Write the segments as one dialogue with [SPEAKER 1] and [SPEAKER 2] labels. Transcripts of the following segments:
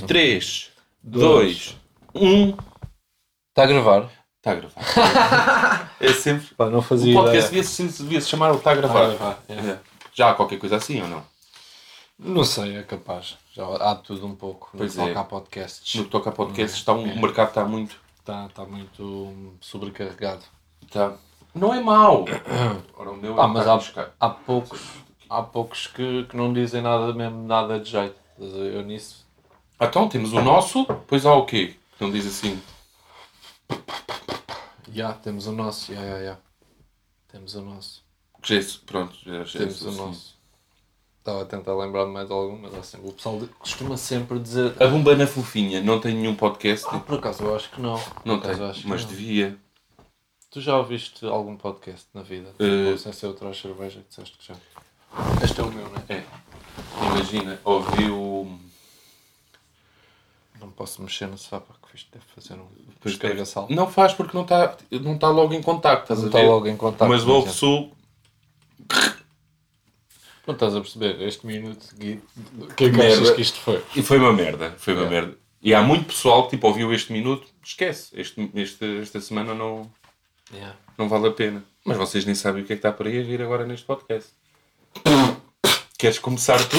[SPEAKER 1] 3, 2, 1.
[SPEAKER 2] Está a gravar?
[SPEAKER 1] Está a gravar. É sempre.
[SPEAKER 2] Pá, não
[SPEAKER 1] O
[SPEAKER 2] fazia
[SPEAKER 1] podcast
[SPEAKER 2] ideia.
[SPEAKER 1] devia se, devia -se chamar o Está a gravar.
[SPEAKER 2] Ah, é.
[SPEAKER 1] É. Já há qualquer coisa assim ou não?
[SPEAKER 2] Não sei, é capaz. Já há de tudo um pouco.
[SPEAKER 1] Pois
[SPEAKER 2] não
[SPEAKER 1] é.
[SPEAKER 2] Há podcasts.
[SPEAKER 1] No que toca a podcasts, está
[SPEAKER 2] É.
[SPEAKER 1] um, o mercado está muito.
[SPEAKER 2] Está está muito sobrecarregado.
[SPEAKER 1] Está... Não é mau. Ora, o meu é
[SPEAKER 2] Ah,
[SPEAKER 1] um
[SPEAKER 2] mas
[SPEAKER 1] bocado
[SPEAKER 2] há,
[SPEAKER 1] buscar.
[SPEAKER 2] há poucos, há poucos que, que não dizem nada mesmo, nada de jeito. Mas Eu nisso.
[SPEAKER 1] Ah, Então temos o nosso, depois há o quê? Que Não diz assim.
[SPEAKER 2] Já, temos o nosso. Já, já, já. Temos o nosso.
[SPEAKER 1] que já é su- Pronto, já, já é
[SPEAKER 2] Temos
[SPEAKER 1] su-
[SPEAKER 2] o
[SPEAKER 1] assim.
[SPEAKER 2] nosso. Estava a tentar lembrar de mais algum, mas há sempre- o pessoal de- costuma sempre dizer.
[SPEAKER 1] A Bomba na Fofinha não tem nenhum podcast.
[SPEAKER 2] Ah, por acaso eu acho que não. Por
[SPEAKER 1] não
[SPEAKER 2] acaso
[SPEAKER 1] tem,
[SPEAKER 2] eu acho que
[SPEAKER 1] mas
[SPEAKER 2] não.
[SPEAKER 1] devia.
[SPEAKER 2] Tu já ouviste algum podcast na vida? Tipo,
[SPEAKER 1] Eh.
[SPEAKER 2] Ou sem ser o Traz Cerveja, que disseste que já. Este é o meu, não é?
[SPEAKER 1] É. Imagina, ouvi o.
[SPEAKER 2] Não posso mexer no sofá que fiz deve fazer um
[SPEAKER 1] Pois
[SPEAKER 2] descarga-sal.
[SPEAKER 1] deve- Não faz porque não está não tá logo em contacto, estás
[SPEAKER 2] Não
[SPEAKER 1] a
[SPEAKER 2] está
[SPEAKER 1] ver?
[SPEAKER 2] logo em contacto.
[SPEAKER 1] Mas
[SPEAKER 2] não é?
[SPEAKER 1] houve
[SPEAKER 2] adianta.
[SPEAKER 1] sul.
[SPEAKER 2] Não estás a perceber, este minuto, Gui, o que é que
[SPEAKER 1] Merda.
[SPEAKER 2] achas que isto foi?
[SPEAKER 1] E foi uma merda, foi uma
[SPEAKER 2] É.
[SPEAKER 1] merda. E há muito pessoal que tipo, ouviu este minuto, esquece, este, este- esta semana não, não vale a pena. Mas vocês nem sabem o que é que está para aí a vir agora neste podcast. Queres começar tu?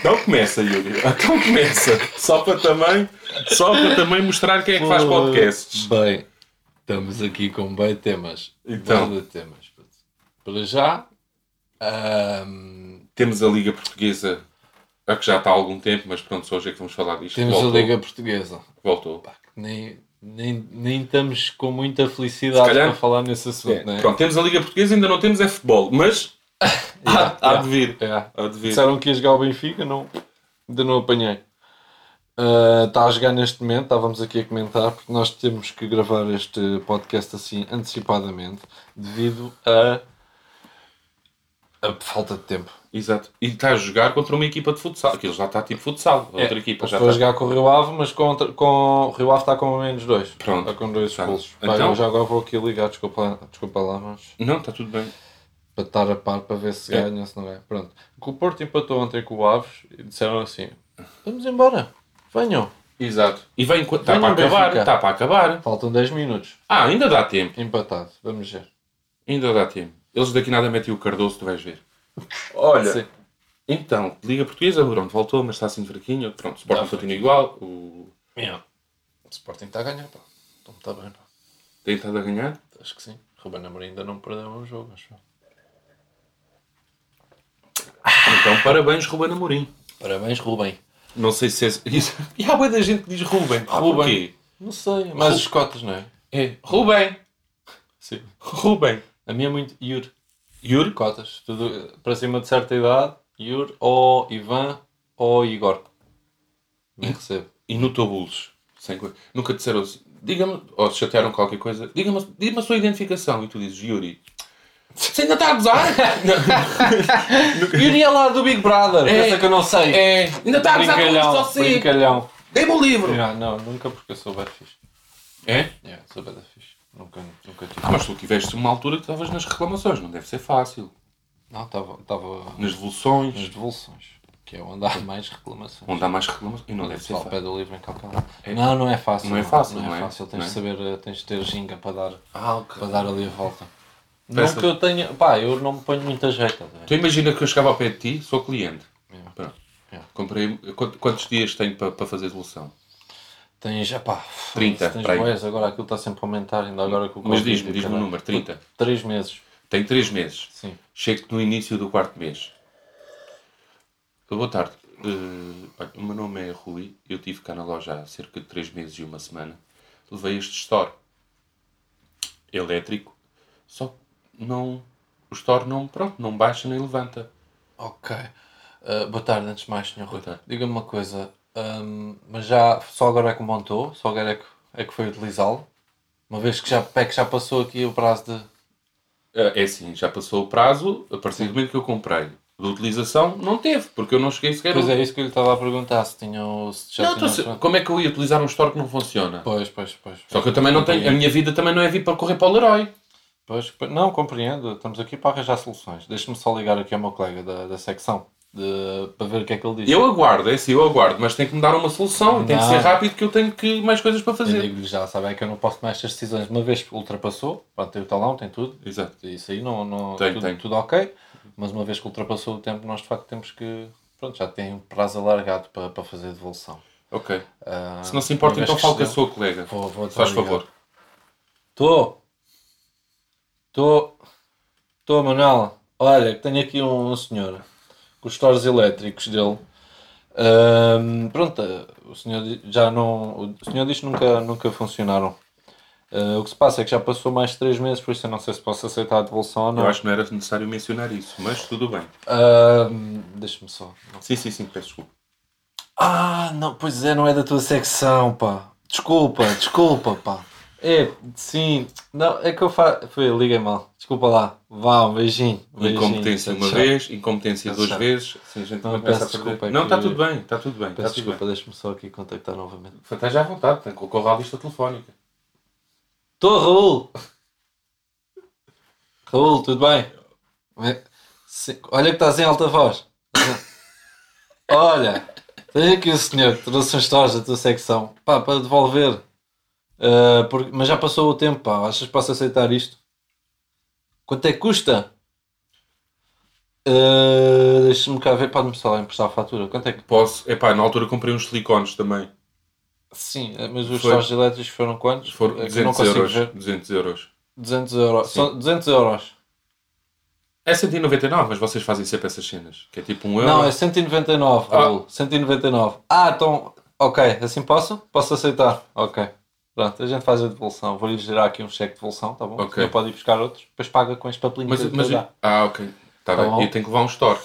[SPEAKER 1] Então começa, Yuri. Então começa. Só para também, só para também mostrar quem é que faz podcasts.
[SPEAKER 2] Bem, estamos aqui com bem temas.
[SPEAKER 1] Então.
[SPEAKER 2] Bué de temas. puto. Para já, ahm,
[SPEAKER 1] Temos a Liga Portuguesa, a que já está há algum tempo, mas pronto, só hoje é que vamos falar disto.
[SPEAKER 2] temos
[SPEAKER 1] Voltou.
[SPEAKER 2] a Liga Portuguesa.
[SPEAKER 1] Voltou.
[SPEAKER 2] Pá, que nem, nem, nem estamos com muita felicidade
[SPEAKER 1] Se calhar-
[SPEAKER 2] para falar nesse assunto, não é?
[SPEAKER 1] Pronto, temos a Liga Portuguesa, ainda não temos é futebol, mas há, há de vir.
[SPEAKER 2] É.
[SPEAKER 1] Há de vir.
[SPEAKER 2] Disseram que ia jogar o Benfica, não, ainda não apanhei. Ah, Está a jogar neste momento, estávamos aqui a comentar, porque nós temos que gravar este podcast assim antecipadamente, devido a, a falta de tempo.
[SPEAKER 1] Exato. E está a jogar contra uma equipa de futsal. Aquilo já está tipo futsal. Outra equipa já tá.
[SPEAKER 2] Estou É, a
[SPEAKER 1] está.
[SPEAKER 2] jogar com o Rio Ave, mas contra, com o Rio Ave está com menos dois.
[SPEAKER 1] Pronto.
[SPEAKER 2] Está com dois
[SPEAKER 1] Tá.
[SPEAKER 2] expulsos. Pá,
[SPEAKER 1] Então-
[SPEAKER 2] eu já agora vou aqui ligar, desculpa, lá- desculpa lá, mas...
[SPEAKER 1] Não, está tudo bem.
[SPEAKER 2] para estar a par para ver se
[SPEAKER 1] É.
[SPEAKER 2] ganha, se não ganha. Pronto. O Porto empatou ontem com o Aves e disseram assim: vamos embora, venham.
[SPEAKER 1] Exato. E vem. co- Está
[SPEAKER 2] Vem
[SPEAKER 1] para
[SPEAKER 2] no
[SPEAKER 1] acabar.
[SPEAKER 2] Benfica.
[SPEAKER 1] Está para acabar.
[SPEAKER 2] Faltam 10 minutos.
[SPEAKER 1] Ah, ainda dá tempo.
[SPEAKER 2] Empatado, vamos ver.
[SPEAKER 1] Ainda dá tempo. Eles daqui nada metem o Cardoso, tu vais ver. Olha.
[SPEAKER 2] Sim.
[SPEAKER 1] Então, Liga Portuguesa, o Bruno voltou, mas está assim fraquinho. Pronto, o Sporting
[SPEAKER 2] Tá
[SPEAKER 1] continua igual. O...
[SPEAKER 2] Yeah. O Sporting está a ganhar, pá. Então está bem, pá.
[SPEAKER 1] Tem estado a ganhar.
[SPEAKER 2] Acho que sim. Ruben Amorim ainda não perdeu um jogo, acho. eu.
[SPEAKER 1] Então, parabéns, Ruben Amorim.
[SPEAKER 2] Parabéns, Ruben.
[SPEAKER 1] Não sei se é. Isso. E há boa da gente que diz Ruben. Ah,
[SPEAKER 2] Ruben.
[SPEAKER 1] porquê?
[SPEAKER 2] Não sei, mas os cotas, não é?
[SPEAKER 1] É. Ruben.
[SPEAKER 2] Sim.
[SPEAKER 1] Ruben.
[SPEAKER 2] A minha é muito Yur.
[SPEAKER 1] Yuri.
[SPEAKER 2] Cotas. Tudo, para cima de certa idade, Yur ou Ivan ou Igor. Nem recebo.
[SPEAKER 1] e no teu bulso. Sem coisa. Nunca te disseram assim, diga-me, ou te chatearam qualquer coisa, diga-me diga a sua identificação. E tu dizes Yuri. Você ainda está a gozar? Não. Nunca-
[SPEAKER 2] Yuri é lá do Big Brother.
[SPEAKER 1] É.
[SPEAKER 2] Pensa que eu não sei.
[SPEAKER 1] É, ainda está a gozar com isto, só sei.
[SPEAKER 2] brincalhão.
[SPEAKER 1] Dê-me um livro.
[SPEAKER 2] Ah, não, nunca porque eu sou bad fixe.
[SPEAKER 1] É?
[SPEAKER 2] Yeah, sou bad fixe. Nunca, nunca tive.
[SPEAKER 1] Ah, Mas tu tiveste uma altura que estavas nas reclamações, não deve ser fácil.
[SPEAKER 2] Não, estava estava
[SPEAKER 1] Nas
[SPEAKER 2] nas
[SPEAKER 1] devoluções,
[SPEAKER 2] devoluções, que é onde há mais reclamações. É
[SPEAKER 1] onde há mais reclamações, e não
[SPEAKER 2] O
[SPEAKER 1] deve ser
[SPEAKER 2] pessoal
[SPEAKER 1] fácil.
[SPEAKER 2] pede o livro em qualquer lado. Não, não é fácil.
[SPEAKER 1] Não é fácil,
[SPEAKER 2] Não,
[SPEAKER 1] não
[SPEAKER 2] é
[SPEAKER 1] é?
[SPEAKER 2] fácil. Tens
[SPEAKER 1] Não é?
[SPEAKER 2] de saber, eh, tens de ter ginga para dar,
[SPEAKER 1] Ah, ok.
[SPEAKER 2] para dar ali a volta.
[SPEAKER 1] Peças.
[SPEAKER 2] Não que eu tenha... Pá, eu não me ponho é. muita jeito. estás a ver?
[SPEAKER 1] Tu imagina que eu chegava ao pé de ti, sou cliente.
[SPEAKER 2] Yeah.
[SPEAKER 1] Pronto.
[SPEAKER 2] Yeah.
[SPEAKER 1] Comprei, quant- quantos dias tenho para, para fazer devolução?
[SPEAKER 2] Tens, já pá...
[SPEAKER 1] 30,
[SPEAKER 2] Tens
[SPEAKER 1] para aí.
[SPEAKER 2] boés, agora aquilo está sempre a aumentar, ainda agora com o
[SPEAKER 1] Mas
[SPEAKER 2] Covid
[SPEAKER 1] diz-me,
[SPEAKER 2] e
[SPEAKER 1] diz-me o
[SPEAKER 2] caralho.
[SPEAKER 1] número, 30.
[SPEAKER 2] 3 meses,
[SPEAKER 1] Tenho 3 meses.
[SPEAKER 2] sim.
[SPEAKER 1] Chego-te no início do quarto mês. Boa tarde. Eh, olha, o meu nome é Rui. Eu estive cá na loja há cerca de 3 meses e uma semana. Levei este store elétrico. Só que não. O store não, pronto, não baixa nem levanta.
[SPEAKER 2] Ok. Uh, boa tarde, antes de mais, Sr. Rui.
[SPEAKER 1] Boa tarde.
[SPEAKER 2] Diga-me uma coisa, um, mas já só agora é que montou, só agora é que, é que foi utilizá-lo? Uma vez que já, é que já passou aqui o prazo de.
[SPEAKER 1] Ah, É assim, já passou o prazo. A partir do momento que eu comprei, de utilização, não teve, porque eu não cheguei sequer.
[SPEAKER 2] Pois é, isso que eu lhe estava a perguntar, se tinham. Se já
[SPEAKER 1] não,
[SPEAKER 2] tinham-
[SPEAKER 1] então, se- como é que eu ia utilizar um store que não funciona?
[SPEAKER 2] Pois, pois, pois.
[SPEAKER 1] Só que eu também não tenho. A minha vida também não é vir para correr para o Leroy.
[SPEAKER 2] Pois, pois- não, compreendo, estamos aqui para arranjar soluções. Deixa-me só ligar aqui ao meu colega da, da secção. de- para ver o que é que ele diz.
[SPEAKER 1] Eu aguardo, é assim, eu aguardo, mas tem que me dar uma solução, tem que
[SPEAKER 2] Não.
[SPEAKER 1] ser rápido que eu tenho que mais coisas para
[SPEAKER 2] Eu
[SPEAKER 1] fazer.
[SPEAKER 2] digo-lhe já, sabe, é que eu não posso tomar estas decisões. Uma vez que ultrapassou, pronto, tem o talão, tem tudo,
[SPEAKER 1] Exato.
[SPEAKER 2] isso aí não, não
[SPEAKER 1] Tem,
[SPEAKER 2] tudo,
[SPEAKER 1] tem.
[SPEAKER 2] tudo ok, mas uma vez que ultrapassou o tempo, nós de facto temos que, pronto, já tem um prazo alargado para, para fazer devolução.
[SPEAKER 1] Ok.
[SPEAKER 2] Ah,
[SPEAKER 1] Se não se importa,
[SPEAKER 2] uma vez
[SPEAKER 1] então
[SPEAKER 2] que
[SPEAKER 1] falo com a
[SPEAKER 2] se deu-
[SPEAKER 1] sua colega.
[SPEAKER 2] Vou, vou
[SPEAKER 1] Faz
[SPEAKER 2] ligar.
[SPEAKER 1] favor.
[SPEAKER 2] Tô. Tô. Tô, Manuel. Olha, que tenho aqui um, um senhor com os stores elétricos dele. Ahm, pronto, eh, o senhor di- já não. O senhor diz que nunca, nunca funcionaram. Ah, o que se passa é que já passou mais de 3 meses, por isso eu não sei se posso aceitar a devolução ou
[SPEAKER 1] Eu
[SPEAKER 2] não.
[SPEAKER 1] acho que não era necessário mencionar isso, mas tudo bem.
[SPEAKER 2] Ahm, Deixa-me só.
[SPEAKER 1] Sim, sim, sim, peço desculpa.
[SPEAKER 2] Ah, não, pois é, não é da tua secção, pá. Desculpa, desculpa, pá. É, sim, não, é que eu faço. Foi, liguei mal. Desculpa lá. Vá, um beijinho. um beijinho.
[SPEAKER 1] Incompetência uma
[SPEAKER 2] Tchau.
[SPEAKER 1] vez, incompetência
[SPEAKER 2] Tá
[SPEAKER 1] duas
[SPEAKER 2] certo.
[SPEAKER 1] vezes. Sim, a gente
[SPEAKER 2] Não,
[SPEAKER 1] não, começa
[SPEAKER 2] peço
[SPEAKER 1] a perder.
[SPEAKER 2] desculpa, é
[SPEAKER 1] Não,
[SPEAKER 2] que-
[SPEAKER 1] está tudo bem, está tudo bem. Está
[SPEAKER 2] Peço
[SPEAKER 1] Tá tudo bem.
[SPEAKER 2] desculpa, deixa-me só aqui contactar novamente.
[SPEAKER 1] Esteja à vontade, tem que colocar a lista telefónica.
[SPEAKER 2] Tô, Raul! Raul, tudo bem? Bem, sim, Olha que estás em alta voz. Olha, tem aqui o senhor que trouxe uns stories da tua secção pá, para devolver. Ah, porque- mas já passou o tempo, pá. Achas que posso aceitar isto? Quanto é que custa? Ah, Deixa-me cá ver. Pode-me só emprestar a fatura. Quanto é que.
[SPEAKER 1] Posso, epá, na altura comprei uns silicones também.
[SPEAKER 2] Sim, mas os
[SPEAKER 1] Foi-
[SPEAKER 2] stories elétricos foram quantos?
[SPEAKER 1] Foram
[SPEAKER 2] É que eu não
[SPEAKER 1] 200
[SPEAKER 2] consigo
[SPEAKER 1] euros.
[SPEAKER 2] ver.
[SPEAKER 1] 200 euros.
[SPEAKER 2] 200 euros. São 200 euros.
[SPEAKER 1] É 199, mas vocês fazem sempre essas cenas. Que é tipo um euro.
[SPEAKER 2] Não, é 199,
[SPEAKER 1] Ah.
[SPEAKER 2] Raul. 199. Ah, então, ok, assim posso? Posso aceitar? Ok. Pronto, a gente faz a devolução. Vou-lhe gerar aqui um cheque de devolução, tá bom?
[SPEAKER 1] Ok.
[SPEAKER 2] Não pode ir buscar outros, depois paga com este papelinho
[SPEAKER 1] mas,
[SPEAKER 2] que eu lhe
[SPEAKER 1] mas-
[SPEAKER 2] dou.
[SPEAKER 1] Ah, ok. Está
[SPEAKER 2] Tá
[SPEAKER 1] bem.
[SPEAKER 2] bom.
[SPEAKER 1] E tem que levar um store.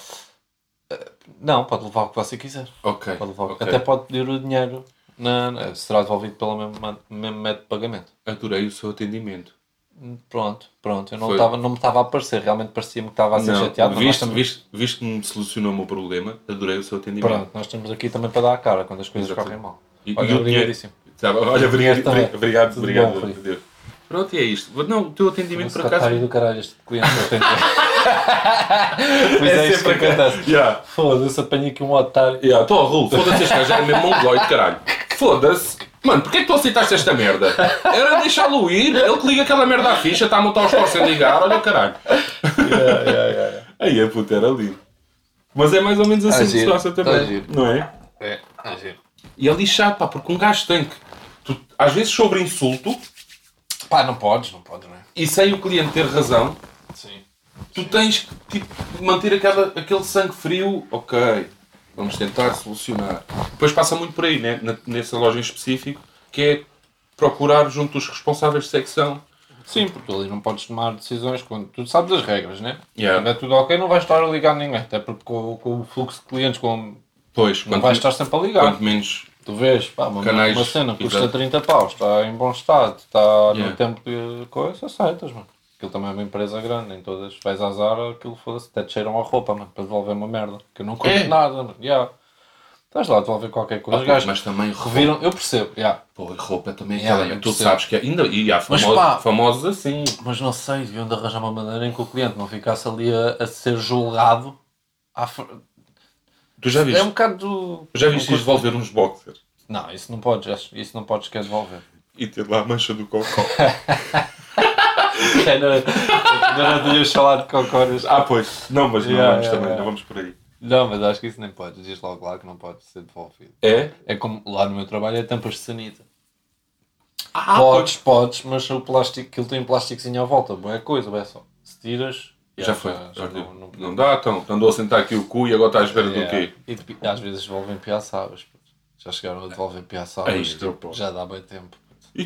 [SPEAKER 2] Não, pode levar o que você quiser.
[SPEAKER 1] Ok.
[SPEAKER 2] Pode levar o que-
[SPEAKER 1] ok.
[SPEAKER 2] Até pode pedir o dinheiro. Não, não, será devolvido pelo mesmo, man- mesmo método de pagamento.
[SPEAKER 1] Adorei o seu atendimento.
[SPEAKER 2] Pronto, pronto. Eu não,
[SPEAKER 1] Foi.
[SPEAKER 2] tava, não me estava a aparecer, realmente parecia-me que estava a ser é chateado. mas nós
[SPEAKER 1] visto,
[SPEAKER 2] também-
[SPEAKER 1] visto, visto que me solucionou o meu problema, adorei o seu atendimento.
[SPEAKER 2] Pronto, nós estamos aqui também para dar a cara quando as coisas
[SPEAKER 1] Exatamente.
[SPEAKER 2] correm mal.
[SPEAKER 1] E,
[SPEAKER 2] Olha,
[SPEAKER 1] e o dinheiro.
[SPEAKER 2] obrigadíssimo.
[SPEAKER 1] Tá, bom, olha, obrigado,
[SPEAKER 2] Esta é.
[SPEAKER 1] obrigado, obrigado.
[SPEAKER 2] Tudo bom, Filipe.
[SPEAKER 1] Deus. Pronto, e é isto. Não, o teu atendimento por
[SPEAKER 2] Secretário
[SPEAKER 1] acaso.
[SPEAKER 2] tá
[SPEAKER 1] é
[SPEAKER 2] do caralho, este cliente que eu tenho. Pois é, isto que
[SPEAKER 1] sempre a-
[SPEAKER 2] acontece.
[SPEAKER 1] Yeah.
[SPEAKER 2] Foda-se, apanhei aqui um otário.
[SPEAKER 1] Yeah, tô, Raul, foda-se este gajo, é mesmo mongoloide, caralho. Foda-se. Mano, porquê é que tu aceitaste esta merda? Era deixá-lo ir, ele que liga aquela merda à ficha, está a montar os torres sem ligar, olha o caralho. Aí a puta era lindo. Mas é mais ou menos assim
[SPEAKER 2] Tá
[SPEAKER 1] que se
[SPEAKER 2] giro,
[SPEAKER 1] passa
[SPEAKER 2] tá
[SPEAKER 1] também,
[SPEAKER 2] giro.
[SPEAKER 1] não é?
[SPEAKER 2] É, é giro.
[SPEAKER 1] E é lixado, pá, porque um gajo tem que... tu- às vezes sobre insulto,
[SPEAKER 2] Pá, não podes, não podes, não é?
[SPEAKER 1] e sem o cliente ter razão,
[SPEAKER 2] Sim.
[SPEAKER 1] tu tens que tipo, manter aquela, aquele sangue frio, ok, vamos tentar solucionar. Depois passa muito por aí, né? Na- nessa loja em específico, que é procurar junto dos responsáveis de secção.
[SPEAKER 2] Sim, porque tu ali não podes tomar decisões quando tu sabes as regras, né?
[SPEAKER 1] Yeah.
[SPEAKER 2] Quando é tudo ok, não vais estar a ligar a ninguém. Até porque com, com o fluxo de clientes, com...
[SPEAKER 1] Pois,
[SPEAKER 2] não
[SPEAKER 1] quanto,
[SPEAKER 2] vais estar sempre a ligar.
[SPEAKER 1] quanto menos.
[SPEAKER 2] Tu vês, pá, uma,
[SPEAKER 1] Canais,
[SPEAKER 2] uma cena custa
[SPEAKER 1] exato.
[SPEAKER 2] 30 paus, está em bom estado, está
[SPEAKER 1] Yeah.
[SPEAKER 2] no tempo de coisa, aceitas, mano. Aquilo também é uma empresa grande, nem todas. Vais à Zara, aquilo foda-se, até te cheiram a roupa, mano, para devolver uma merda. Que eu não compro
[SPEAKER 1] É?
[SPEAKER 2] nada, mano. Yeah. Estás lá a devolver qualquer coisa,
[SPEAKER 1] Ah,
[SPEAKER 2] os gajos
[SPEAKER 1] mas também roupa.
[SPEAKER 2] reviram, eu percebo, yeah.
[SPEAKER 1] Pô, e roupa também é
[SPEAKER 2] Yeah,
[SPEAKER 1] aquela.
[SPEAKER 2] eu
[SPEAKER 1] tu
[SPEAKER 2] percebo.
[SPEAKER 1] sabes que ainda. E há
[SPEAKER 2] Mas
[SPEAKER 1] famosos,
[SPEAKER 2] pá.
[SPEAKER 1] famosos assim.
[SPEAKER 2] mas não sei, deviam de arranjar uma maneira em que o cliente não ficasse ali a, a ser julgado. à fr-
[SPEAKER 1] Tu já viste?
[SPEAKER 2] É um bocado do.
[SPEAKER 1] Já viste devolver uns boxers
[SPEAKER 2] Não, isso não podes, acho- isso não podes quer devolver.
[SPEAKER 1] e ter lá a mancha do cocó.
[SPEAKER 2] É, não, não, não tinhas falado de cocórias.
[SPEAKER 1] ah, pois. Não, mas não
[SPEAKER 2] Yeah,
[SPEAKER 1] vamos
[SPEAKER 2] yeah,
[SPEAKER 1] também,
[SPEAKER 2] yeah.
[SPEAKER 1] não vamos por aí.
[SPEAKER 2] Não, mas acho que isso nem pode. Diz logo lá que não pode ser devolvido.
[SPEAKER 1] É?
[SPEAKER 2] É como lá no meu trabalho é tampas de sanita.
[SPEAKER 1] Ah,
[SPEAKER 2] podes, podes, mas o plástico, aquilo tem um plásticozinho à volta. Boa coisa, é só. Se tiras.
[SPEAKER 1] Já foi. já deu.
[SPEAKER 2] não,
[SPEAKER 1] não,
[SPEAKER 2] não-
[SPEAKER 1] dá, então. Andou a sentar aqui o cu e agora está à espera do
[SPEAKER 2] Yeah.
[SPEAKER 1] quê?
[SPEAKER 2] É, E depi- às vezes devolvem piaçabas. puto. Já chegaram a devolver piaçabas.
[SPEAKER 1] Ei,
[SPEAKER 2] tipo,
[SPEAKER 1] eu posso.
[SPEAKER 2] já dá bem tempo.
[SPEAKER 1] E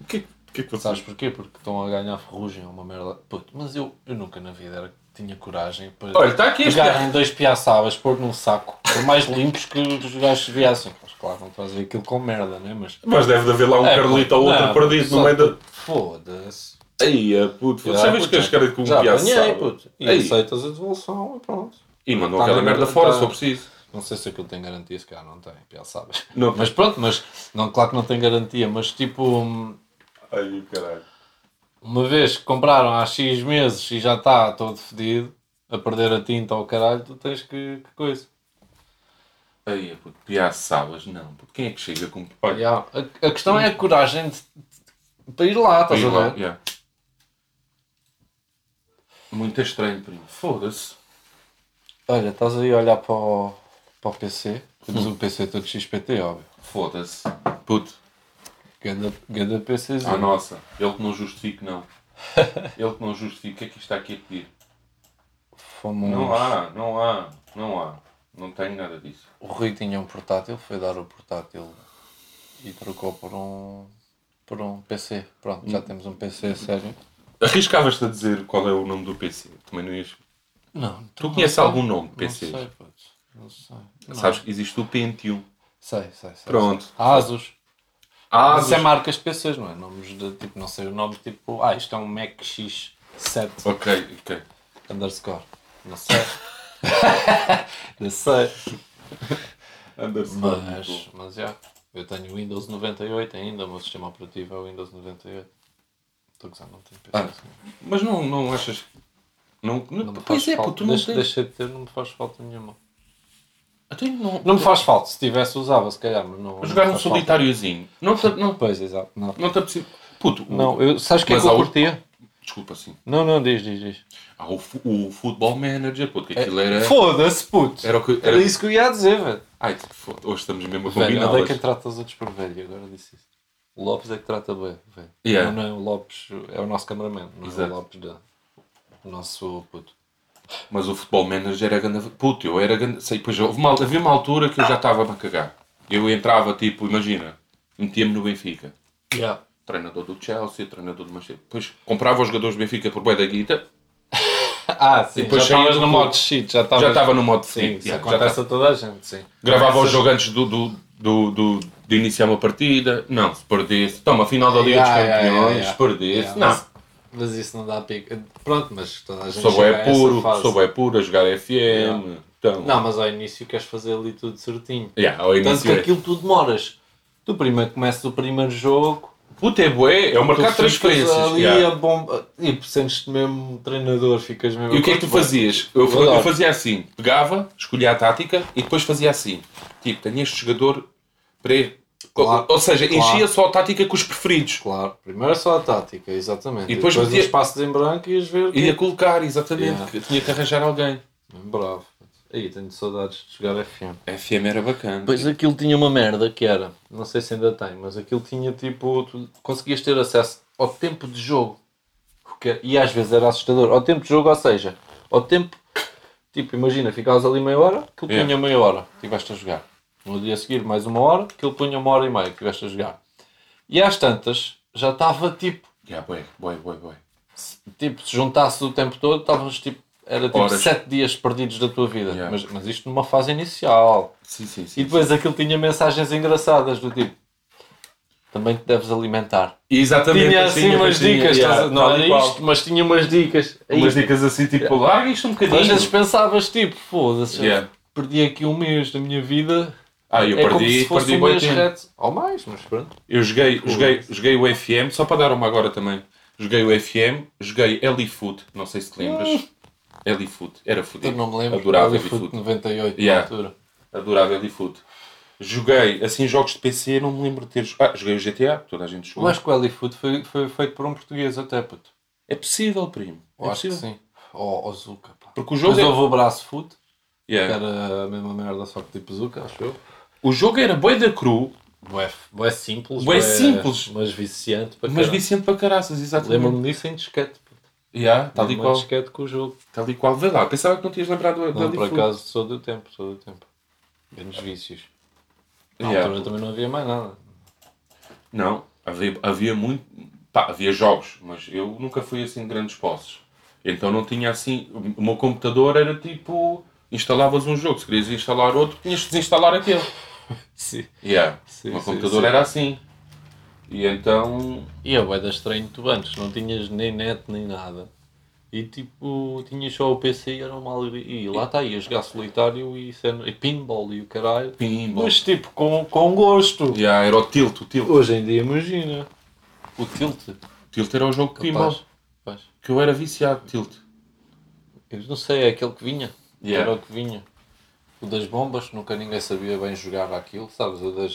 [SPEAKER 1] o que, que é que
[SPEAKER 2] Sabes
[SPEAKER 1] vocês...
[SPEAKER 2] porquê? Porque estão a ganhar ferrugem, é uma merda. Puto, mas eu, eu nunca na vida era, tinha coragem para
[SPEAKER 1] Olha, está aqui este...
[SPEAKER 2] pegar em dois piaçabas, pôr num saco, por mais limpos que os gajos viessem. Mas claro, não estás a ver aquilo com merda, né? Mas.
[SPEAKER 1] Mas deve de haver lá um Carlito ou outro
[SPEAKER 2] É, não,
[SPEAKER 1] perdido
[SPEAKER 2] só
[SPEAKER 1] no meio da...
[SPEAKER 2] que- Foda-se.
[SPEAKER 1] Aí, a puto.
[SPEAKER 2] Já,
[SPEAKER 1] Já viste
[SPEAKER 2] puto,
[SPEAKER 1] que as caras com
[SPEAKER 2] Já
[SPEAKER 1] um
[SPEAKER 2] apanhei,
[SPEAKER 1] piaço
[SPEAKER 2] puto. E
[SPEAKER 1] Ei.
[SPEAKER 2] aceitas a devolução e pronto.
[SPEAKER 1] E mandou
[SPEAKER 2] Tá
[SPEAKER 1] aquela
[SPEAKER 2] na
[SPEAKER 1] merda
[SPEAKER 2] merda,
[SPEAKER 1] fora,
[SPEAKER 2] tá.
[SPEAKER 1] se for preciso.
[SPEAKER 2] Não sei se aquilo tem garantia, se calhar não tem, piaçabas.
[SPEAKER 1] Não.
[SPEAKER 2] Mas pronto, mas. Não, claro que não tem garantia, mas tipo. hum,
[SPEAKER 1] Ai, caralho.
[SPEAKER 2] Uma vez que compraram há X meses e já está tá todo fedido, a perder a tinta ao caralho, tu tens que, que coisa.
[SPEAKER 1] Aí, puto, piaçabas, não. Puto, quem é que chega com. Olha,
[SPEAKER 2] Ya, A, a questão é a coragem de, de- para ir lá, estás
[SPEAKER 1] aí
[SPEAKER 2] a
[SPEAKER 1] lá,
[SPEAKER 2] ver?
[SPEAKER 1] yeah. Muito estranho, primo. Foda-se.
[SPEAKER 2] Olha, estás aí a olhar para o, para o PC. Temos um PC todo XPT, óbvio.
[SPEAKER 1] Foda-se. Puto.
[SPEAKER 2] Ganda, ganda PCzinho.
[SPEAKER 1] Ah, nossa. Ele que não justifique, não. Ele que não justifique. O que é que isto está aqui a pedir?
[SPEAKER 2] Fomos...
[SPEAKER 1] Não há, não há, não há. Não tenho nada disso.
[SPEAKER 2] O Rui tinha um portátil, foi dar o portátil e trocou por um por um PC. Pronto,
[SPEAKER 1] Hum.
[SPEAKER 2] já temos um PC sério.
[SPEAKER 1] Arriscavas-te a dizer qual é o nome do PC? Também não ias.
[SPEAKER 2] Não,
[SPEAKER 1] Tu conheces algum nome de PC?
[SPEAKER 2] Não sei, putz. Não sei. Não.
[SPEAKER 1] Sabes que existe o Pentium.
[SPEAKER 2] Sei, sei, sei.
[SPEAKER 1] Pronto.
[SPEAKER 2] Asus.
[SPEAKER 1] Ah,
[SPEAKER 2] Isso é marcas de PCs, não é? Nomes de tipo, não sei o nome, tipo, ah, isto é um Mac X7
[SPEAKER 1] Ok, ok.
[SPEAKER 2] underscore. Não sei. não sei.
[SPEAKER 1] Anderson.
[SPEAKER 2] Mas, mas já. Eu tenho Windows 98 ainda, o meu sistema operativo é o Windows 98. Estou a gozar, não tenho PC.
[SPEAKER 1] Ah, Mas não, não achas. Não, não,
[SPEAKER 2] Não me
[SPEAKER 1] pois
[SPEAKER 2] faz
[SPEAKER 1] é,
[SPEAKER 2] falta.
[SPEAKER 1] pô, tu não
[SPEAKER 2] deixa,
[SPEAKER 1] tens.
[SPEAKER 2] deixa de ter, não me faz falta nenhuma.
[SPEAKER 1] Até Ah, não,
[SPEAKER 2] Não me faz falta, se tivesse usava, se calhar, mas não.
[SPEAKER 1] jogar
[SPEAKER 2] não
[SPEAKER 1] um
[SPEAKER 2] faz falta.
[SPEAKER 1] solitáriozinho. Não te, não,
[SPEAKER 2] Pois, exato. Não,
[SPEAKER 1] não te apetecia. Puto, o-
[SPEAKER 2] não eu, sabes o que é
[SPEAKER 1] Mas
[SPEAKER 2] que
[SPEAKER 1] há
[SPEAKER 2] eu
[SPEAKER 1] o-
[SPEAKER 2] curtia?
[SPEAKER 1] desculpa assim.
[SPEAKER 2] Não, não, diz, diz, diz.
[SPEAKER 1] Há o, fu- o futebol manager, puto,
[SPEAKER 2] É-
[SPEAKER 1] que aquilo era.
[SPEAKER 2] Foda-se, puto!
[SPEAKER 1] Era o que.
[SPEAKER 2] Era
[SPEAKER 1] Era,
[SPEAKER 2] isso que eu ia dizer, velho.
[SPEAKER 1] Ai, foda, hoje estamos mesmo a
[SPEAKER 2] Velho,
[SPEAKER 1] combinar.
[SPEAKER 2] onde é quem trata os outros por velho? Agora disse isso. O Lopes é que trata bem, velho.
[SPEAKER 1] Yeah.
[SPEAKER 2] Não, não é o Lopes, é o nosso cameraman, não é
[SPEAKER 1] Exato.
[SPEAKER 2] o Lopes da. O nosso puto.
[SPEAKER 1] Mas o futebol manager era grande. Puto, eu era grande. Sei, pois, houve uma, havia uma altura que eu já estava a cagar. Eu entrava, tipo, imagina, metia-me no Benfica.
[SPEAKER 2] Yeah.
[SPEAKER 1] Treinador do Chelsea, treinador do Manchester. Depois comprava os jogadores do Benfica por bué da guita.
[SPEAKER 2] Ah, sim,
[SPEAKER 1] depois
[SPEAKER 2] já estavas
[SPEAKER 1] saía
[SPEAKER 2] no
[SPEAKER 1] do-
[SPEAKER 2] modo shit, já estavas.
[SPEAKER 1] já estava no modo
[SPEAKER 2] Sim,
[SPEAKER 1] sim.
[SPEAKER 2] isso
[SPEAKER 1] já
[SPEAKER 2] acontece
[SPEAKER 1] estava-
[SPEAKER 2] a toda a gente, sim.
[SPEAKER 1] Gravava o
[SPEAKER 2] Essas-
[SPEAKER 1] jogo antes do, do, do, do- de iniciar uma partida. Não, se perdesse. Toma, a final da Liga
[SPEAKER 2] Yeah,
[SPEAKER 1] dos
[SPEAKER 2] yeah,
[SPEAKER 1] Campeões,
[SPEAKER 2] yeah, yeah.
[SPEAKER 1] se perdesse.
[SPEAKER 2] Yeah,
[SPEAKER 1] não.
[SPEAKER 2] mas, mas isso não dá pico. Pronto, mas toda a gente.
[SPEAKER 1] Sou
[SPEAKER 2] chega a
[SPEAKER 1] é
[SPEAKER 2] essa
[SPEAKER 1] puro,
[SPEAKER 2] fase.
[SPEAKER 1] sou é puro a jogar FM.
[SPEAKER 2] Yeah.
[SPEAKER 1] Então,
[SPEAKER 2] Não, mas ao início queres fazer ali tudo certinho.
[SPEAKER 1] yeah, ao
[SPEAKER 2] Tanto
[SPEAKER 1] início
[SPEAKER 2] que
[SPEAKER 1] é.
[SPEAKER 2] aquilo tu demoras. Tu primeiro começas o primeiro jogo.
[SPEAKER 1] Puta, é bué, é o mercado
[SPEAKER 2] tu
[SPEAKER 1] de
[SPEAKER 2] ficas
[SPEAKER 1] transferências.
[SPEAKER 2] Ali
[SPEAKER 1] yeah.
[SPEAKER 2] a bomba. Tipo, sentes-te mesmo treinador, ficas mesmo.
[SPEAKER 1] E o que é que tu fazias? Eu,
[SPEAKER 2] Adoro.
[SPEAKER 1] eu fazia assim, pegava, escolhia a tática e depois fazia assim. Tipo, tenho este jogador para ir-
[SPEAKER 2] Claro,
[SPEAKER 1] ou, ou seja,
[SPEAKER 2] claro.
[SPEAKER 1] enchia só a tática com os preferidos.
[SPEAKER 2] Claro, primeiro é só a tática, exatamente.
[SPEAKER 1] E depois metia-
[SPEAKER 2] os passos em branco e ias ver.
[SPEAKER 1] Ia colocar, exatamente.
[SPEAKER 2] Yeah.
[SPEAKER 1] que Tinha que arranjar alguém.
[SPEAKER 2] Bravo. Aí, tenho saudades de jogar FM.
[SPEAKER 1] FM era bacana.
[SPEAKER 2] Pois aquilo tinha uma merda que era, não sei se ainda tem, mas aquilo tinha tipo, tu conseguias ter acesso ao tempo de jogo. Porque- e às vezes era assustador. Ao tempo de jogo, ou seja, ao tempo, tipo, imagina, ficavas ali meia hora, aquilo
[SPEAKER 1] Yeah.
[SPEAKER 2] punha meia hora, estiveste a jogar. No dia a seguir, mais uma hora, aquilo punha uma hora e meia, estiveste a jogar. E às tantas, já estava tipo,
[SPEAKER 1] Yeah, bué, bué, bué, bué.
[SPEAKER 2] se- tipo, se juntasse o tempo todo, estavas tipo, era tipo
[SPEAKER 1] Horas.
[SPEAKER 2] sete dias perdidos da tua vida.
[SPEAKER 1] Yeah.
[SPEAKER 2] Mas, mas isto numa fase inicial.
[SPEAKER 1] Sim, sim, sim.
[SPEAKER 2] E depois aquilo tinha mensagens engraçadas do tipo. Também te deves alimentar.
[SPEAKER 1] E exatamente
[SPEAKER 2] Tinha assim umas
[SPEAKER 1] tinha,
[SPEAKER 2] dicas,
[SPEAKER 1] yeah,
[SPEAKER 2] estás a- não
[SPEAKER 1] tal e
[SPEAKER 2] era
[SPEAKER 1] qual.
[SPEAKER 2] isto, mas tinha umas dicas. Aí,
[SPEAKER 1] Umas dicas assim, tipo, larga isto um bocadinho.
[SPEAKER 2] Às vezes pensavas tipo, foda-se,
[SPEAKER 1] Yeah.
[SPEAKER 2] perdi aqui um mês da minha vida.
[SPEAKER 1] Ah, eu
[SPEAKER 2] é como
[SPEAKER 1] perdi,
[SPEAKER 2] se fosse
[SPEAKER 1] perdi
[SPEAKER 2] um
[SPEAKER 1] bué
[SPEAKER 2] mês
[SPEAKER 1] tempo.
[SPEAKER 2] reto. Ou mais, mas pronto.
[SPEAKER 1] Eu joguei, joguei, joguei o FM, só para dar uma agora também. Joguei o FM, joguei Elifoot, não sei se te lembras. Elifoot,
[SPEAKER 2] Ah.
[SPEAKER 1] era
[SPEAKER 2] Eu
[SPEAKER 1] fodido.
[SPEAKER 2] não me lembro.
[SPEAKER 1] Adorava
[SPEAKER 2] Ali foi de
[SPEAKER 1] Elifoot.
[SPEAKER 2] 98
[SPEAKER 1] Yeah.
[SPEAKER 2] na altura.
[SPEAKER 1] Adorava Elifoot. Joguei, assim, jogos de PC, não me lembro de ter jogado. Ah, joguei o GTA, toda a gente
[SPEAKER 2] Eu
[SPEAKER 1] jogou.
[SPEAKER 2] acho que o Elifoot foi, foi feito por um português até, puto.
[SPEAKER 1] É possível, primo.
[SPEAKER 2] Eu
[SPEAKER 1] É
[SPEAKER 2] acho que
[SPEAKER 1] possível.
[SPEAKER 2] sim. Ou ou Zuka, pá.
[SPEAKER 1] Porque o
[SPEAKER 2] Mas
[SPEAKER 1] jogo,
[SPEAKER 2] houve o Braço Foot,
[SPEAKER 1] é-
[SPEAKER 2] que
[SPEAKER 1] Yeah.
[SPEAKER 2] era a mesma merda, só que tipo Zuka, acho eu.
[SPEAKER 1] o jogo era boi da cru,
[SPEAKER 2] Bué, bué simples.
[SPEAKER 1] Bué simples.
[SPEAKER 2] Mas viciante. Para
[SPEAKER 1] mas
[SPEAKER 2] caralho.
[SPEAKER 1] viciante para caraças, exatamente.
[SPEAKER 2] Lembro-me disso em disquete. pô.
[SPEAKER 1] Yeah, tal, e
[SPEAKER 2] Lembro-me em
[SPEAKER 1] qual,
[SPEAKER 2] disquete com o jogo.
[SPEAKER 1] tal e qual. Vê lá, pensava que não tinhas lembrado do, do
[SPEAKER 2] Não, por
[SPEAKER 1] Elifoot.
[SPEAKER 2] acaso sou do tempo, sou do tempo. Grandes vícios. Na
[SPEAKER 1] Yeah.
[SPEAKER 2] altura também não havia mais nada.
[SPEAKER 1] Não, havia, havia muito. Pá, havia jogos, mas eu nunca fui assim de grandes posses. Então não tinha assim. O meu computador era tipo. Instalavas um jogo, se querias instalar outro, tinhas de desinstalar aquele.
[SPEAKER 2] Sim.
[SPEAKER 1] Yeah.
[SPEAKER 2] Sim,
[SPEAKER 1] o meu
[SPEAKER 2] sim,
[SPEAKER 1] computador
[SPEAKER 2] sim.
[SPEAKER 1] era assim. E então.
[SPEAKER 2] E a boeda estranho tu antes, não tinhas nem net nem nada. E tipo, tinhas só o PC e era uma alegria. E lá está, ia jogar solitário e, cena- e pinball e o caralho.
[SPEAKER 1] Pinball.
[SPEAKER 2] Mas tipo, com, com gosto.
[SPEAKER 1] Yeah, era o tilt, o tilt.
[SPEAKER 2] Hoje em dia, imagina. O tilt.
[SPEAKER 1] O tilt era o jogo de pinball.
[SPEAKER 2] Capaz. Capaz.
[SPEAKER 1] Que eu era viciado, tilt.
[SPEAKER 2] Eu não sei, é aquele que vinha.
[SPEAKER 1] Yeah.
[SPEAKER 2] Era o que vinha. O das bombas, nunca ninguém sabia bem jogar aquilo, sabes? O das.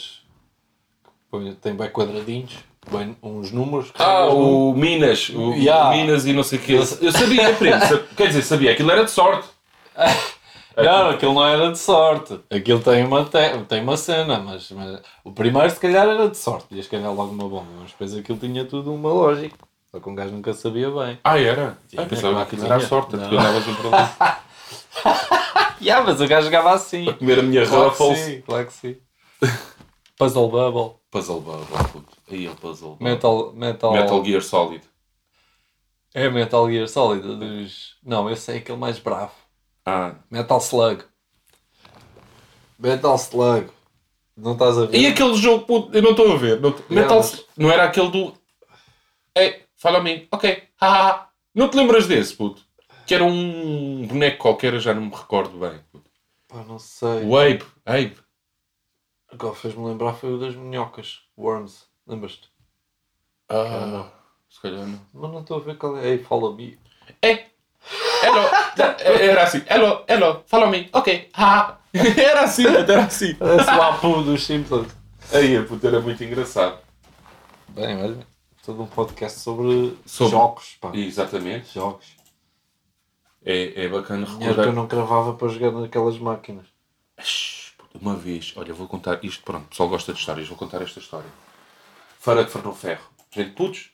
[SPEAKER 2] que põe- Tem bem quadradinhos, bem uns números. que
[SPEAKER 1] Ah,
[SPEAKER 2] são os números.
[SPEAKER 1] o Minas, o
[SPEAKER 2] Yeah.
[SPEAKER 1] Minas e não sei o quê. Eu, eu sabia, primo. sa- Quer dizer, sabia. Aquilo era de sorte.
[SPEAKER 2] Não, aquilo não era de sorte. Aquilo tem uma, te- tem uma cena, mas, mas o primeiro se calhar era de sorte, ias calhar logo uma bomba, mas depois aquilo tinha tudo uma lógica. Só que um gajo nunca sabia bem.
[SPEAKER 1] Ah, era? Ah,
[SPEAKER 2] Tinha,
[SPEAKER 1] pensava
[SPEAKER 2] claro que
[SPEAKER 1] que aquilo era
[SPEAKER 2] tinha.
[SPEAKER 1] sorte.
[SPEAKER 2] Não.
[SPEAKER 1] Tu andavas um para lá.
[SPEAKER 2] Yeah, mas o gajo jogava assim.
[SPEAKER 1] Comer a minha
[SPEAKER 2] Claro que
[SPEAKER 1] Ruffles.
[SPEAKER 2] sim, claro que sim. Puzzle Bubble.
[SPEAKER 1] Puzzle Bubble, puto. Aí é o Puzzle Bubble.
[SPEAKER 2] Metal, metal,
[SPEAKER 1] Metal Gear Solid.
[SPEAKER 2] É Metal Gear Solid é dos. Não, esse é aquele mais bravo.
[SPEAKER 1] Ah.
[SPEAKER 2] Metal Slug. Metal Slug. Não estás a ver?
[SPEAKER 1] E aquele jogo, puto, eu não estou a ver. Não, tô-
[SPEAKER 2] Yeah,
[SPEAKER 1] Metal,
[SPEAKER 2] mas-
[SPEAKER 1] não era aquele do. Ei, fala a mim. Ok. Ah, ah, ah. Não te lembras desse, puto? Que era um boneco qualquer, eu já não me recordo bem. puto.
[SPEAKER 2] Pá, não sei.
[SPEAKER 1] O Abe. Abe.
[SPEAKER 2] Agora fez-me lembrar foi o das minhocas. Worms. Lembras-te?
[SPEAKER 1] Ah, se calhar não.
[SPEAKER 2] Mas não estou a ver qual é. Ei, fala-me.
[SPEAKER 1] Ei, hello, era assim, hello, hello, follow me, ok, ha. Era assim, era assim.
[SPEAKER 2] Parece o Apu dos Simpsons.
[SPEAKER 1] Aí, a puta era muito engraçado.
[SPEAKER 2] Bem, olha. Todo um podcast sobre,
[SPEAKER 1] Sobre-
[SPEAKER 2] jogos. Pá.
[SPEAKER 1] Exatamente.
[SPEAKER 2] Jogos.
[SPEAKER 1] É, é bacana
[SPEAKER 2] Dinheiro que eu
[SPEAKER 1] recordar.
[SPEAKER 2] não cravava para jogar naquelas máquinas.
[SPEAKER 1] Shhh, puta, Uma vez, olha, vou contar isto, pronto, o pessoal gosta de histórias, vou contar esta história. Fora de Fernão Ferro. Gente, putos,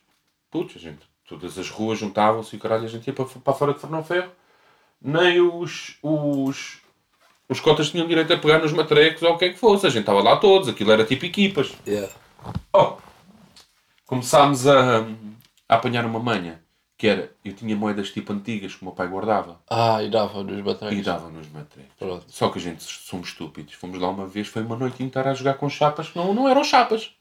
[SPEAKER 1] putos, a gente, todas as ruas juntavam-se e o caralho, a gente ia para, para fora de Fernão Ferro. Nem os, os, os cotas tinham direito a pegar nos matrecos ou o que é que fosse. A gente estava lá todos, aquilo era tipo equipas.
[SPEAKER 2] Yeah.
[SPEAKER 1] Oh, começámos a, a apanhar uma manha, que era, eu tinha moedas tipo antigas que o meu pai guardava
[SPEAKER 2] Ah, e dava dos batalhões.
[SPEAKER 1] e dava nos matrecos.
[SPEAKER 2] Pronto.
[SPEAKER 1] Só que a gente somos estúpidos. Fomos lá uma vez, foi uma noite inteira a jogar com chapas que não, não eram chapas.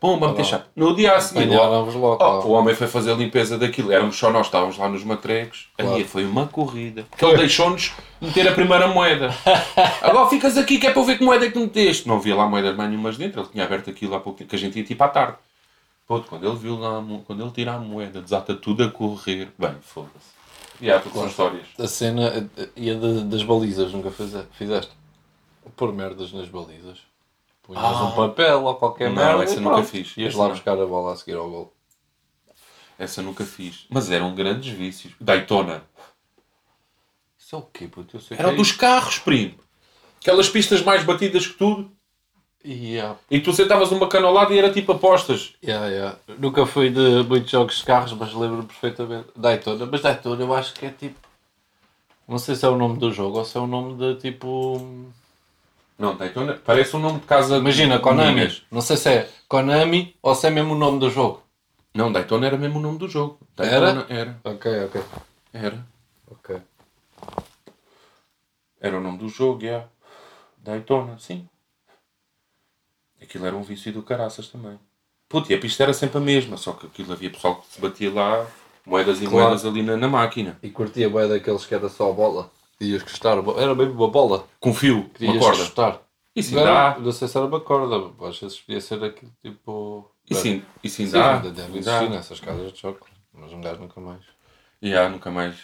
[SPEAKER 1] Pumba, meter chapa. No dia a seguir, ó,
[SPEAKER 2] Apanhávamos logo.
[SPEAKER 1] ó,
[SPEAKER 2] pá.
[SPEAKER 1] o homem foi fazer a limpeza daquilo. Éramos só nós, estávamos lá nos matrecos. Aí foi uma corrida. Porque ele deixou-nos meter a primeira moeda. Agora ficas aqui que é para eu ver que moeda é que meteste. Não havia lá moedas mais nenhumas dentro. Ele tinha aberto aquilo há pouco tempo, que a gente ia tipo à tarde. Puto, quando ele viu lá, a mo- quando ele tira a moeda, desata tudo a correr. Bem, foda-se. E há todas as histórias.
[SPEAKER 2] A cena eh, e a da- das balizas, nunca fize- fizeste? Pôr merdas nas balizas. Punhas um papel ou qualquer
[SPEAKER 1] Não,
[SPEAKER 2] merda.
[SPEAKER 1] essa
[SPEAKER 2] e
[SPEAKER 1] nunca
[SPEAKER 2] pronto.
[SPEAKER 1] fiz.
[SPEAKER 2] Ias
[SPEAKER 1] Essa
[SPEAKER 2] lá
[SPEAKER 1] não.
[SPEAKER 2] buscar a bola a seguir ao gol.
[SPEAKER 1] Essa nunca fiz. Mas eram grandes vícios. Daytona.
[SPEAKER 2] Isso é o quê, puto? Eu sei
[SPEAKER 1] Era
[SPEAKER 2] que é
[SPEAKER 1] dos carros, primo. Aquelas pistas mais batidas que tudo.
[SPEAKER 2] isso. Yeah.
[SPEAKER 1] E tu sentavas uma cana ao lado e era tipo apostas.
[SPEAKER 2] Yeah, yeah. Nunca fui de muitos jogos de carros, mas lembro-me perfeitamente. Daytona. Mas Daytona eu acho que é tipo... Não sei se é o nome do jogo ou se é o nome de tipo...
[SPEAKER 1] Não, Daytona. Parece um nome de casa. de
[SPEAKER 2] Imagina, Konami.
[SPEAKER 1] meninas.
[SPEAKER 2] Não sei se é Konami ou se é mesmo o nome do jogo.
[SPEAKER 1] Não, Daytona era mesmo o nome do jogo.
[SPEAKER 2] Era?
[SPEAKER 1] Daytona Era.
[SPEAKER 2] Ok, ok.
[SPEAKER 1] Era.
[SPEAKER 2] Ok.
[SPEAKER 1] Era o nome do jogo, é. Daytona, sim. Aquilo era um vício do caraças também. Puto, e a pista era sempre a mesma, só que aquilo havia pessoal que se batia lá, moedas e
[SPEAKER 2] Claro.
[SPEAKER 1] moedas ali na, na máquina.
[SPEAKER 2] E curtia bem daqueles que era só a bola. Ias custar, era mesmo uma bola.
[SPEAKER 1] Com fio, uma
[SPEAKER 2] Ias
[SPEAKER 1] corda.
[SPEAKER 2] custar.
[SPEAKER 1] Isso
[SPEAKER 2] Não,
[SPEAKER 1] dá.
[SPEAKER 2] era- não sei se era uma corda, mas às vezes podia ser aquilo tipo.
[SPEAKER 1] E sim, e sim,
[SPEAKER 2] Sim,
[SPEAKER 1] dá.
[SPEAKER 2] ainda deve
[SPEAKER 1] dá.
[SPEAKER 2] existir é? nessas casas de choque, mas um gajo nunca mais.
[SPEAKER 1] E há, nunca mais.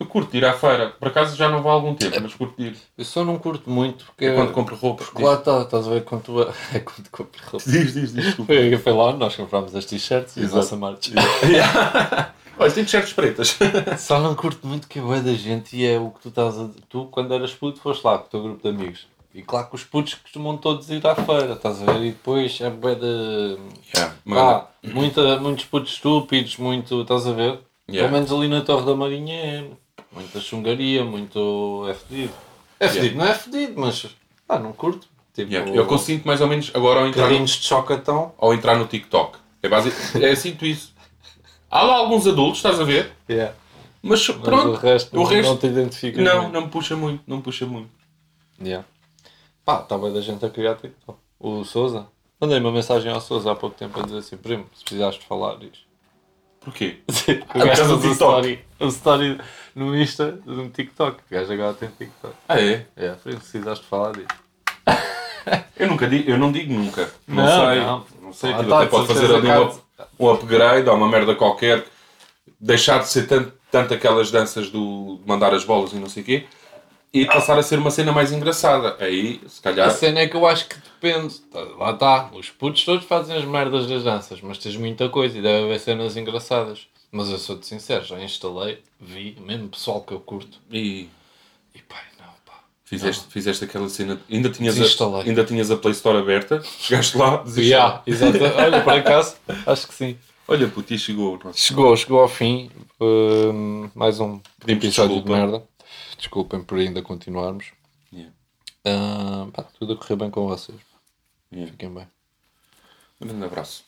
[SPEAKER 1] Eu curto ir à feira. Por acaso já não vou há algum
[SPEAKER 2] É.
[SPEAKER 1] tempo, mas curto ir.
[SPEAKER 2] Eu só não curto muito porque.
[SPEAKER 1] É quando compro roupa.
[SPEAKER 2] Lá está, estás a ver quando tu. É quando compro roupa.
[SPEAKER 1] Diz, diz, diz. desculpa.
[SPEAKER 2] Foi, foi lá onde nós comprámos as t-shirts e a
[SPEAKER 1] Exato.
[SPEAKER 2] nossa marcha.
[SPEAKER 1] Olha, tem t-shirts pretas.
[SPEAKER 2] Só não curto muito que é bué da gente e é o que tu estás a. Tu, quando eras puto, foste lá com o teu grupo de amigos. E claro que os putos costumam todos ir à feira, estás a ver? E depois é bué da.
[SPEAKER 1] Yeah, mano.
[SPEAKER 2] Pá, muita, muitos putos estúpidos, muito. estás a ver?
[SPEAKER 1] Yeah.
[SPEAKER 2] Pelo menos ali na Torre da Marinha é. Muita chungaria, muito. é fedido. É fedido, não é fedido, mas. pá, não curto. Tipo,
[SPEAKER 1] Yeah. Eu consinto mais ou menos agora ao entrar no,
[SPEAKER 2] carrinhos de chocatão.
[SPEAKER 1] ao entrar no TikTok. É, base... é sinto isso. Há lá alguns adultos, estás a ver?
[SPEAKER 2] Yeah.
[SPEAKER 1] Mas
[SPEAKER 2] Mas
[SPEAKER 1] pronto.
[SPEAKER 2] o resto,
[SPEAKER 1] o
[SPEAKER 2] não-
[SPEAKER 1] resto-
[SPEAKER 2] não te identificas.
[SPEAKER 1] Não,
[SPEAKER 2] muito.
[SPEAKER 1] não me puxa muito. Não me puxa muito.
[SPEAKER 2] Yeah. Pá, estava da gente a criar TikTok. O Souza. Mandei uma mensagem ao Souza há pouco tempo a dizer assim: primo, se precisares de falar, diz.
[SPEAKER 1] Porquê?
[SPEAKER 2] O
[SPEAKER 1] Ah, mas no
[SPEAKER 2] fez um
[SPEAKER 1] TikTok.
[SPEAKER 2] story, um story no Insta de um TikTok. O gajo agora tem TikTok.
[SPEAKER 1] Ah, é?
[SPEAKER 2] É, primo, se precisaste falar disso.
[SPEAKER 1] Eu nunca digo, eu não digo nunca. Não,
[SPEAKER 2] Não,
[SPEAKER 1] sei.
[SPEAKER 2] não.
[SPEAKER 1] Não, sei.
[SPEAKER 2] Ah,
[SPEAKER 1] Aquilo
[SPEAKER 2] tá,
[SPEAKER 1] até pode
[SPEAKER 2] de
[SPEAKER 1] fazer ali
[SPEAKER 2] certeza
[SPEAKER 1] uma, um upgrade ou uma merda qualquer. Deixar de ser tanto tanto aquelas danças do de mandar as bolas e não sei o quê, e passar a ser uma cena mais engraçada. Aí, se calhar.
[SPEAKER 2] A cena é que eu acho que depende. Tá, Lá está. Os putos todos fazem as merdas das danças, mas tens muita coisa e deve haver cenas engraçadas. Mas eu sou-te sincero, já instalei, vi, mesmo pessoal que eu curto.
[SPEAKER 1] E
[SPEAKER 2] E pá, não, pá.
[SPEAKER 1] fizeste,
[SPEAKER 2] Ah.
[SPEAKER 1] fizeste aquela cena. Ainda tinhas, a,
[SPEAKER 2] Desinstalei.
[SPEAKER 1] ainda tinhas a Play Store aberta, chegaste lá, desiste.
[SPEAKER 2] Yeah, exato. Olha, por acaso, acho que sim.
[SPEAKER 1] Olha, puto, e chegou o nosso.
[SPEAKER 2] Chegou, chegou ao fim. hum, mais um
[SPEAKER 1] Pedimos
[SPEAKER 2] episódio
[SPEAKER 1] desculpa.
[SPEAKER 2] de merda. Desculpem por ainda continuarmos.
[SPEAKER 1] Yeah.
[SPEAKER 2] Ah, pá, tudo a correr bem com vocês.
[SPEAKER 1] Yeah.
[SPEAKER 2] Fiquem bem.
[SPEAKER 1] Um grande abraço.